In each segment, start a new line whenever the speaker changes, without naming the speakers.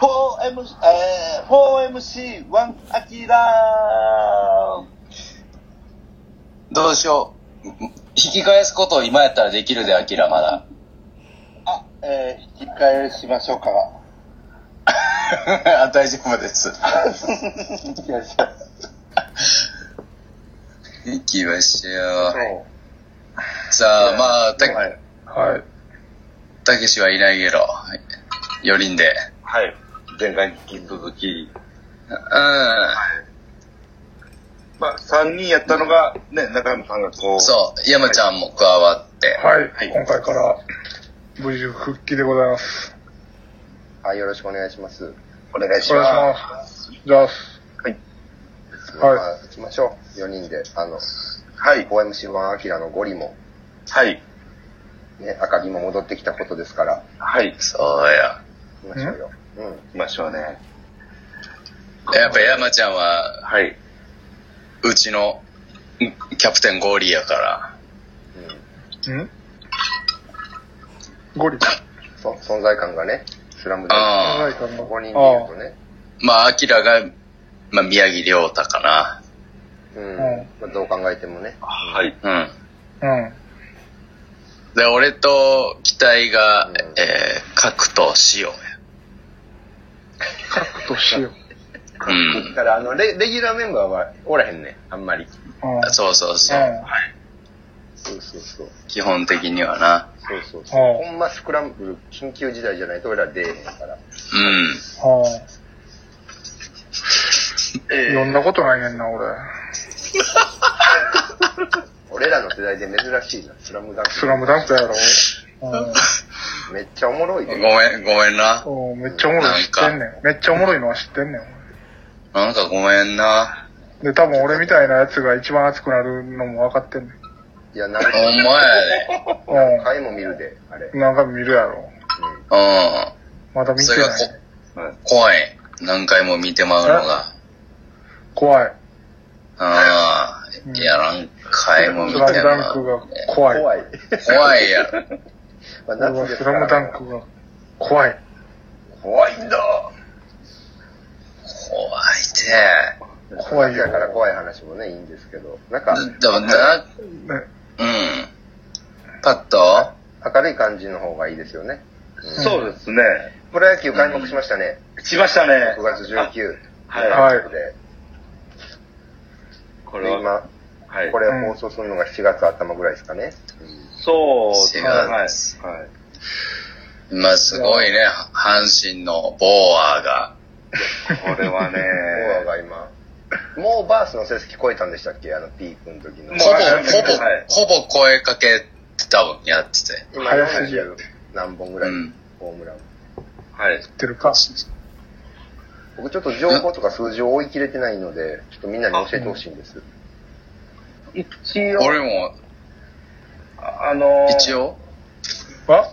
4M、えー、4MC1 アキラ
どうしよう。引き返すことを今やったらできるで、アキラまだ。
あ、えー、引き返しまし ょうか。
あ大丈夫です。
引き返しま
行きまし
し
ょ
ょ
う。さあ、まあ、た
う。、はい。
はい。
たけしはいないけど、4人で。
はい。前回に引き続き。
うん。
まあ、3人やったのが、ね、中山さんがこう。
そう、山ちゃんも加わって。
はい。
はい
今回から、無事復帰でございます。
はい、よろしくお願いします。
お願いし
お願い
ま
します。じゃあ、は
行きましょう。4人で、あの、
す。はい。
OMC1 アキラのゴリも、
はい。
ね、赤木も戻ってきたことですから、
はい。
そうや。
行きましょうよ。うん。
行きましょうね。
やっぱ山ちゃんは、
はい。
うちのキャプテンゴーリーやから。
んゴリ。
そ存在感がね、スラムで、
あ
ラ
あ
イ。カンの
5人で言うとね、
まあ、アキラが、まあ、宮城亮太か
うん
うん。
まあ、どう考えてもね、
はい。
な。うん。
うん。
で、俺と期待が、
うん
えー、角と塩や。
どうしよう。
うん
だ。からあのレ、レギュラーメンバーはおらへんね、あんまり。
うん。
そうそうそう。
そうそうそう。
基本的にはな。
そうそうそう
う。ん
ほんまスクランブル、緊急事態じゃないと俺ら出えへんから。
うん。
うん。呼んだことないねんな、俺。
俺らの世代で珍しいな、スラムダン
ス
ク。
ラムダンクやろ。
めっちゃおもろい
ごめ
で、
ん
ね。、
ごめんな。
うん。うんめっちゃおもろいの知ってんねん。めっちゃおもろいのは知ってんねん。
なんかごめんな。
俺で、多分俺みたいなやつが一番熱くなるのも分かってんねん。
いや、何
ほんまやで。
う
回も見るで、あれ。
ん。何回も見るやろ。
う
まだ見
ん。
て
それが
な
こ
い。
怖い。何回も見てまうのが。
怖い。
ああ
う。ん
いや、何回も見
ス
て
ラ
ま
ムダンク
う。
が怖い。
怖い。
怖いやろ。
まあ
俺はスラムダンクが怖い。
怖いんだ。
怖いて。
怖いよ
だから怖い話もね、いいんですけど。なんか、
でもな、
ね
うん。パッと
明るい感じの方がいいですよね。
そうですね。
プロ野球開幕しましたね。
しましたね。
6月19
はい。
はい
で。
こ
で
れは、
今、
はい
こ。れ
うん
放送するのが7月頭ぐらいですかね。
そうですね。
違う
はい。はい
まあすごいね、阪神のボーアーが。
これ はね
ボアが今。もうバースの成績超えたんでしたっけあの、ピークの時の。
もう
ほぼ、
はい
ほぼ、ほぼ声かけてたもん、やってて。
今
早すぎ
40何本ぐら
う
い、
ん。
ホームラン。
はい。
知ってるか。
僕ちょっと情報とか数字を追い切れてないので、ちょっとみんなに教えてほしいんです。
一応、
俺も、
あの、
一応、
あ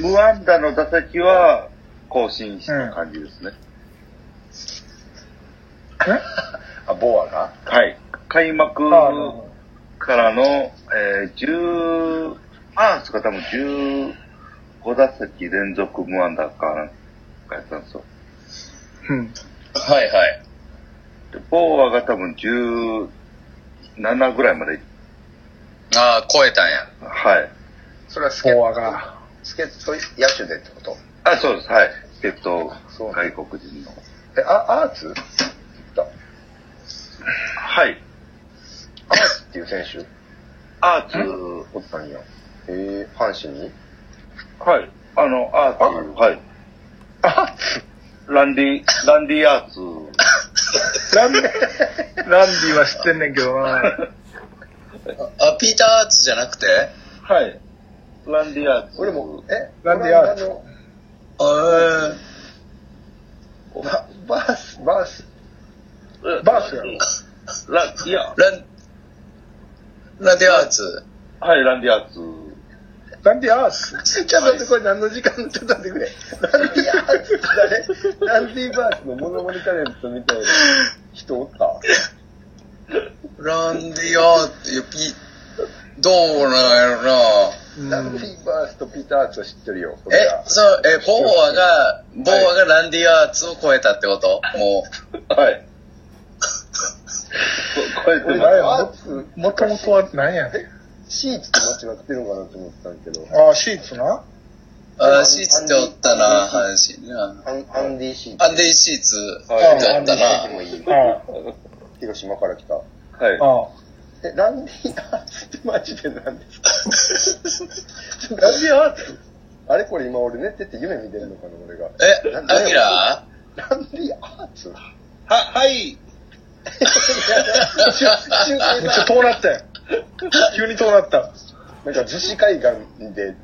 無安打の打席は更新した感じですね。
あ、ボアが
はい。開幕
ああの
からの、えー、10、アースが多分15打席連続無安打かなんかやったんですよ。
うん。
はいはい。
で、ボーアが多分17ぐらいまで、
ああ、超えたんや。
はい。
それはスケッ
ボ
ト
ア、が。
スケット野手でってこと
あ、そうです、はい。えっと、
そう
外国人の。
え、あ、アーツだ
はい。
アーツっていう選手
アーツ、
おったんや。えー、阪神に
はい。あの、ア
あ
ーツ、はい。 ランディ、ランディアーツ。
ランディ、ランディは知ってんねんけどな。
あ、ピーターアーツじゃなくて
はい。ランディアーツ。
俺も、え
なんでアーツ
オラン
えー、
ダのババース、バース。
え、
バースやろ
ラ、いや、
ラン、ランディアーツ。
はい、ランディアーツ。
ランディアース。
ちょっと待って、これ何の時間ちょっと待ってくれ。ランディアーツって誰ランディバースのモノマネタレントみたいな人おった
ランディアーツ、いやピー、どうなんやろな。
ランディ・バースとピーター・アーツは知ってるよ。これ
え
が、
そう、え、ボーアが、ボーアがランディアーツを超えたってことも
はい。ここうやって
俺
ます。
アーツ、
もともとは何やね
シーツと間違ってるのかなと思ったんだけど、
ん。ああ、シーツな。
う、あーシーツっておったな、阪神な。
アンアンディ・シーツ。
アンデイシーツって
はい
おった
アン
な
デ。ィシーツもいい。
あ
広島から来た。
はい
あ、。あ
え、ランディ・アーツってマジで何ですかランディ・アーツあれこれ今俺寝てて夢見てるのかな、俺が。
え、アキラ
ランディ・アーツ
は、はい。
あ。めっちゃ遠なったよ。急に遠なった。
なんか逗子海岸で、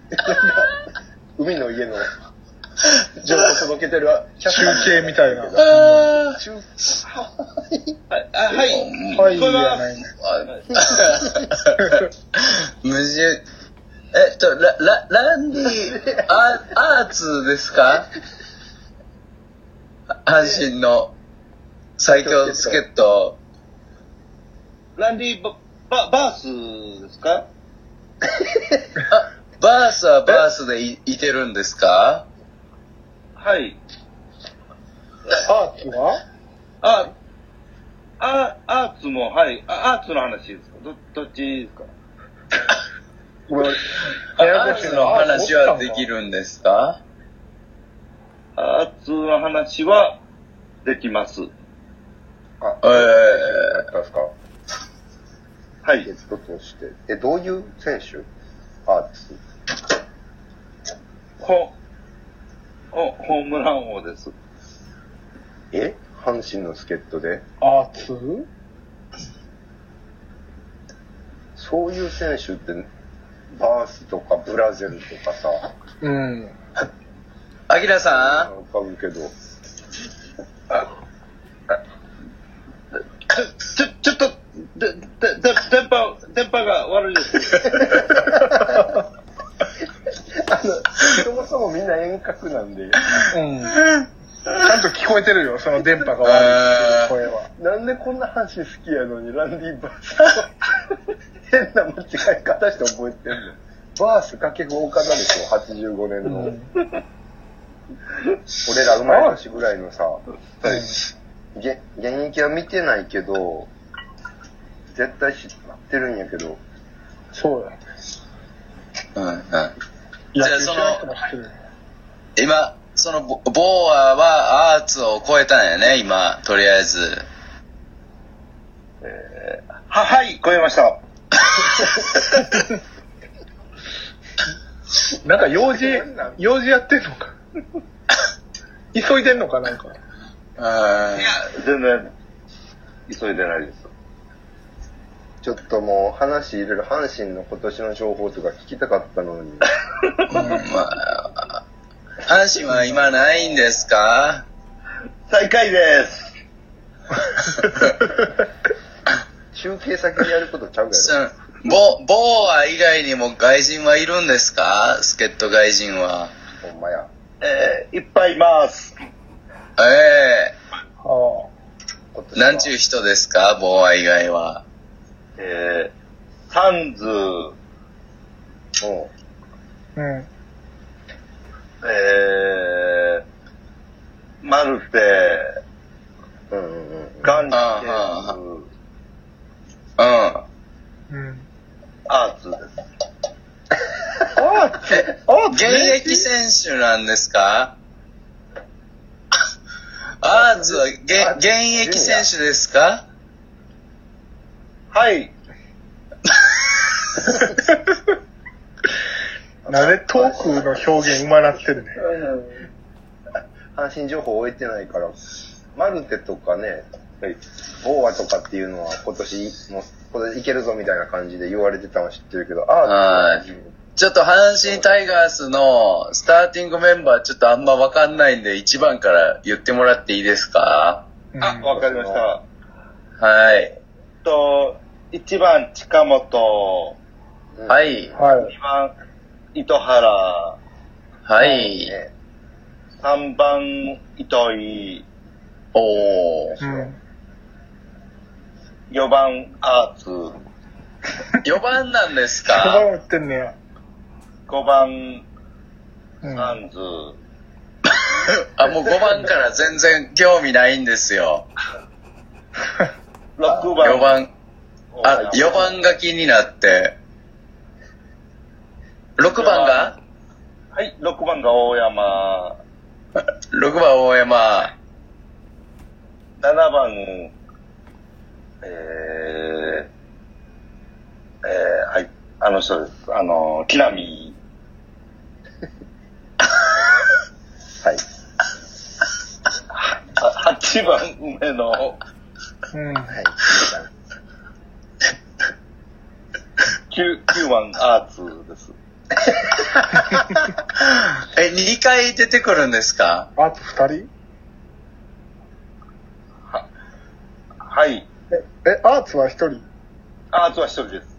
海の家の情報届けてるキャ
中継みたいな。
あ
中
はい。あはい。
ー
はい、じゃないね。
無事、えっと、ラ、ラ、ランディ、ア、アーツですか阪神の最強助っ人。
ランディバ、バ、バースですか
あ、バースはバースでいいてるんですか
はい。
アーツは
あ、あ、アーツも、はい。あアーツの話ですかど、どっちですか
ごめん
アーツの話はできるんですか
アーツの話は、できます。
あ、
ええ
だったんですか
はい
ゲ。ットとして。え、どういう選手アーツ。
ほ、ほ、ホームラン王です。
え阪神の助っ人で
アーツ
そういう選手って、バースとかブラゼルとかさ、
うん。
アキラ
な
さ
んか浮かぶけど、
ちょ、ちょっと、で、で、で、電波、電波が悪いです。
そもそもみんな遠隔なんで、
うん。ちゃんと聞こえてるよ、その電波が
ん
悪い声は。
なんでこんな阪神好きやのにランディ・バースは変な間違い方して覚えてんのバース掛け豪華だでしょ、85年の。
うん
俺ら生まれ年ぐらいのさ、げ現役は見てないけど、絶対知ってるんやけど、
そうや。
ん。うんうんじ
い
ゃあ
や、
その
知ってる
今、そのボ、ボーアはアーツを超えたんやね、今、とりあえず。
は、はい、超えました。
なんか用事、用事やってんのか。急いでんのか、なんか。
うん。
全然、急いでないです。
ちょっともう話入れる阪神の今年の情報とか聞きたかったのに、
阪神は今ないんですか
最下位です。
中継先でやることちゃうや
そのボ、ボーア以外にも外人はいるんですか助っ人外人は。
ろ、ほんまや。
えー、いっぱいいます。
ええ
あ
今年は
なんちゅう人ですかボーア以外は。
えー、サンズ、
も
あ。うん。
えー、マルテ、
う、うんうんうん。
ガンジ
ああ
ェス、
うん。
うん。
アーツです。
アーツアー
現
ツね
役選手なんですかアーツは、げ現役選手ですか
はい。
なぜトークの表現うまなってるね。
阪神情報置いてないから、マルテとかね、ボーアとかっていうのは今年も、今年いけるぞみたいな感じで言われてたのは知ってるけど、あ
はいちょっと阪神タイガースのスターティングメンバーちょっとあんまわかんないんで1番から言ってもらっていいですか
あ、わかりました。
はい。
えっと、1番近本、
うん
はい。
はい。
2番糸原、
はい。
ね
3番糸井、
おー。
うん。
4番アーツ、
4番なんです
5番
か
打ってんねや。
5番、
うん。
サンズ、
あ、もう5番から全然興味ないんですよ。
6番、
4番。あ、4番が気になって。6番が
はい、6番が大山、
?6 番大山。
7番、えー、えー、はい、あの人です。あの、木浪。
はい。
あ8番梅野、
うん。
はい。
9, 9番アーツです。
え、2回出てくるんですか
あと2人
はい、
え、え、アーツは1人
アーツは1人です。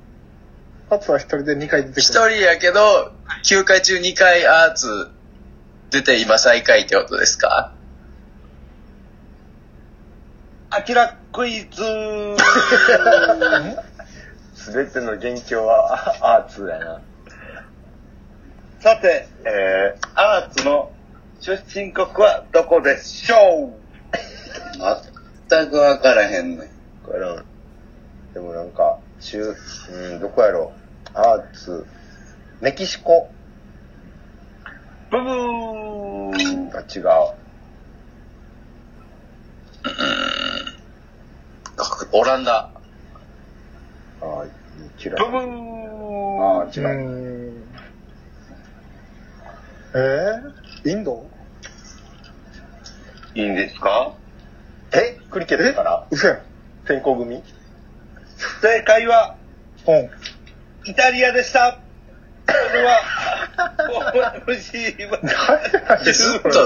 アーツは1人で2回出て
?1
くる。
人やけど、9回中2回アーツ出て今最下位ってことですか
アキラクイズ
すべての元凶はあアーツやな。
さて、えー、アーツの出身国はどこでしょう
全くわからへんねん。
これなんでもなんか、中、うん、どこやろう。アーツ、メキシコ
ブブー
あ、違う。
オランダ。
ああ、違
ブブ
う。
ー
ああ、違
う
う。
ん。えー、インド
いいんですか
えクリケットから
嘘やん。
先行組
正解は
うん。
イタリアでしたそれは、お しい。
誰やねん
ずっと